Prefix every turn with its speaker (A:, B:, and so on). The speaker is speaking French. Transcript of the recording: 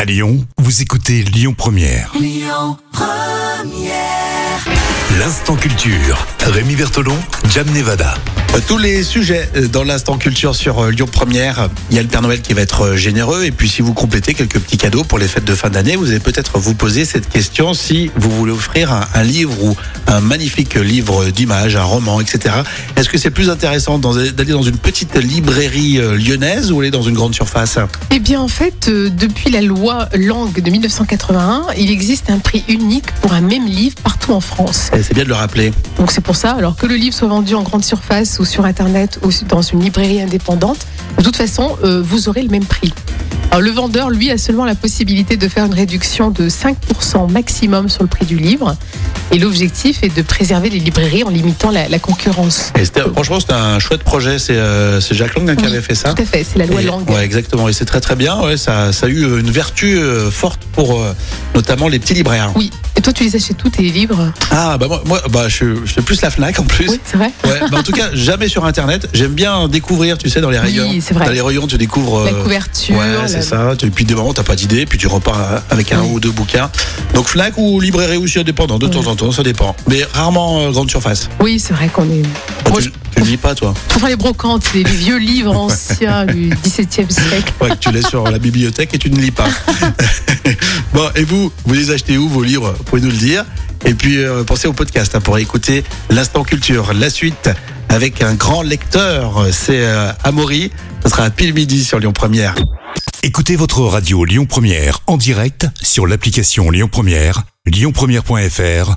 A: À Lyon, vous écoutez Lyon Première. L'instant culture. Rémi Bertolon, Jam Nevada.
B: Tous les sujets euh, dans l'instant culture sur euh, Lyon Première. Il y a le Père Noël qui va être euh, généreux et puis si vous complétez quelques petits cadeaux pour les fêtes de fin d'année, vous allez peut-être vous poser cette question si vous voulez offrir un, un livre ou un magnifique livre d'images, un roman, etc. Est-ce que c'est plus intéressant dans- d'aller dans une petite librairie euh, lyonnaise ou aller dans une grande surface
C: Eh bien, en fait, euh, depuis la loi Langue de 1981, il existe un prix unique pour un même livre partout en France.
B: Eh, C'est bien de le rappeler.
C: Donc, c'est pour ça, alors que le livre soit vendu en grande surface ou sur Internet ou dans une librairie indépendante, de toute façon, euh, vous aurez le même prix. Alors, le vendeur, lui, a seulement la possibilité de faire une réduction de 5% maximum sur le prix du livre. Et l'objectif est de préserver les librairies en limitant la, la concurrence.
B: Et c'était- franchement, c'est un chouette projet. C'est euh, c'est Jacques Lang hein, qui
C: Oui,
B: avait fait ça.
C: Tout à fait, c'est la loi
B: Et-
C: Langue.
B: ouais, exactement. Et c'est très très bien. Ouais, ça, ça a eu une vertu euh, forte pour euh, notamment les petits libraires.
C: Oui. Et toi, tu les achètes tous, tes livres
B: Ah bah moi, moi, bah, je, suis- je fais plus la Fnac en plus.
C: Oui, c'est vrai
B: Ouais, bah, en tout cas, jamais sur internet. J'aime bien découvrir, tu sais, dans les
C: Oui,
B: rayons.
C: c'est vrai.
B: Dans les rayons, tu découvres.
C: La
B: euh,
C: couverture,
B: Ouais, c'est
C: la-
B: ça. Tu- Puis des moments, t'as pas d'idée, puis tu repars euh, avec un
C: Oui.
B: ou deux bouquins. Donc Fnac ou librairie aussi indépendant, de
C: Oui.
B: temps en temps, ça dépend. Mais rarement euh, grande surface.
C: Oui, c'est vrai qu'on est.
B: Bah,
C: Moi,
B: tu, tu le lis pas, toi.
C: je préfère les brocantes, les, les vieux livres anciens du XVIIe siècle.
B: Ouais, que tu laisses sur la bibliothèque et tu ne lis pas. bon, et vous, vous les achetez où vos livres Vous pouvez nous le dire. Et puis, euh, pensez au podcast hein, pour écouter l'instant culture. La suite avec un grand lecteur, c'est euh, Amaury. Ça sera à pile midi sur Lyon Première.
A: Écoutez votre radio Lyon Première en direct sur l'application Lyon Première, lyonpremière.fr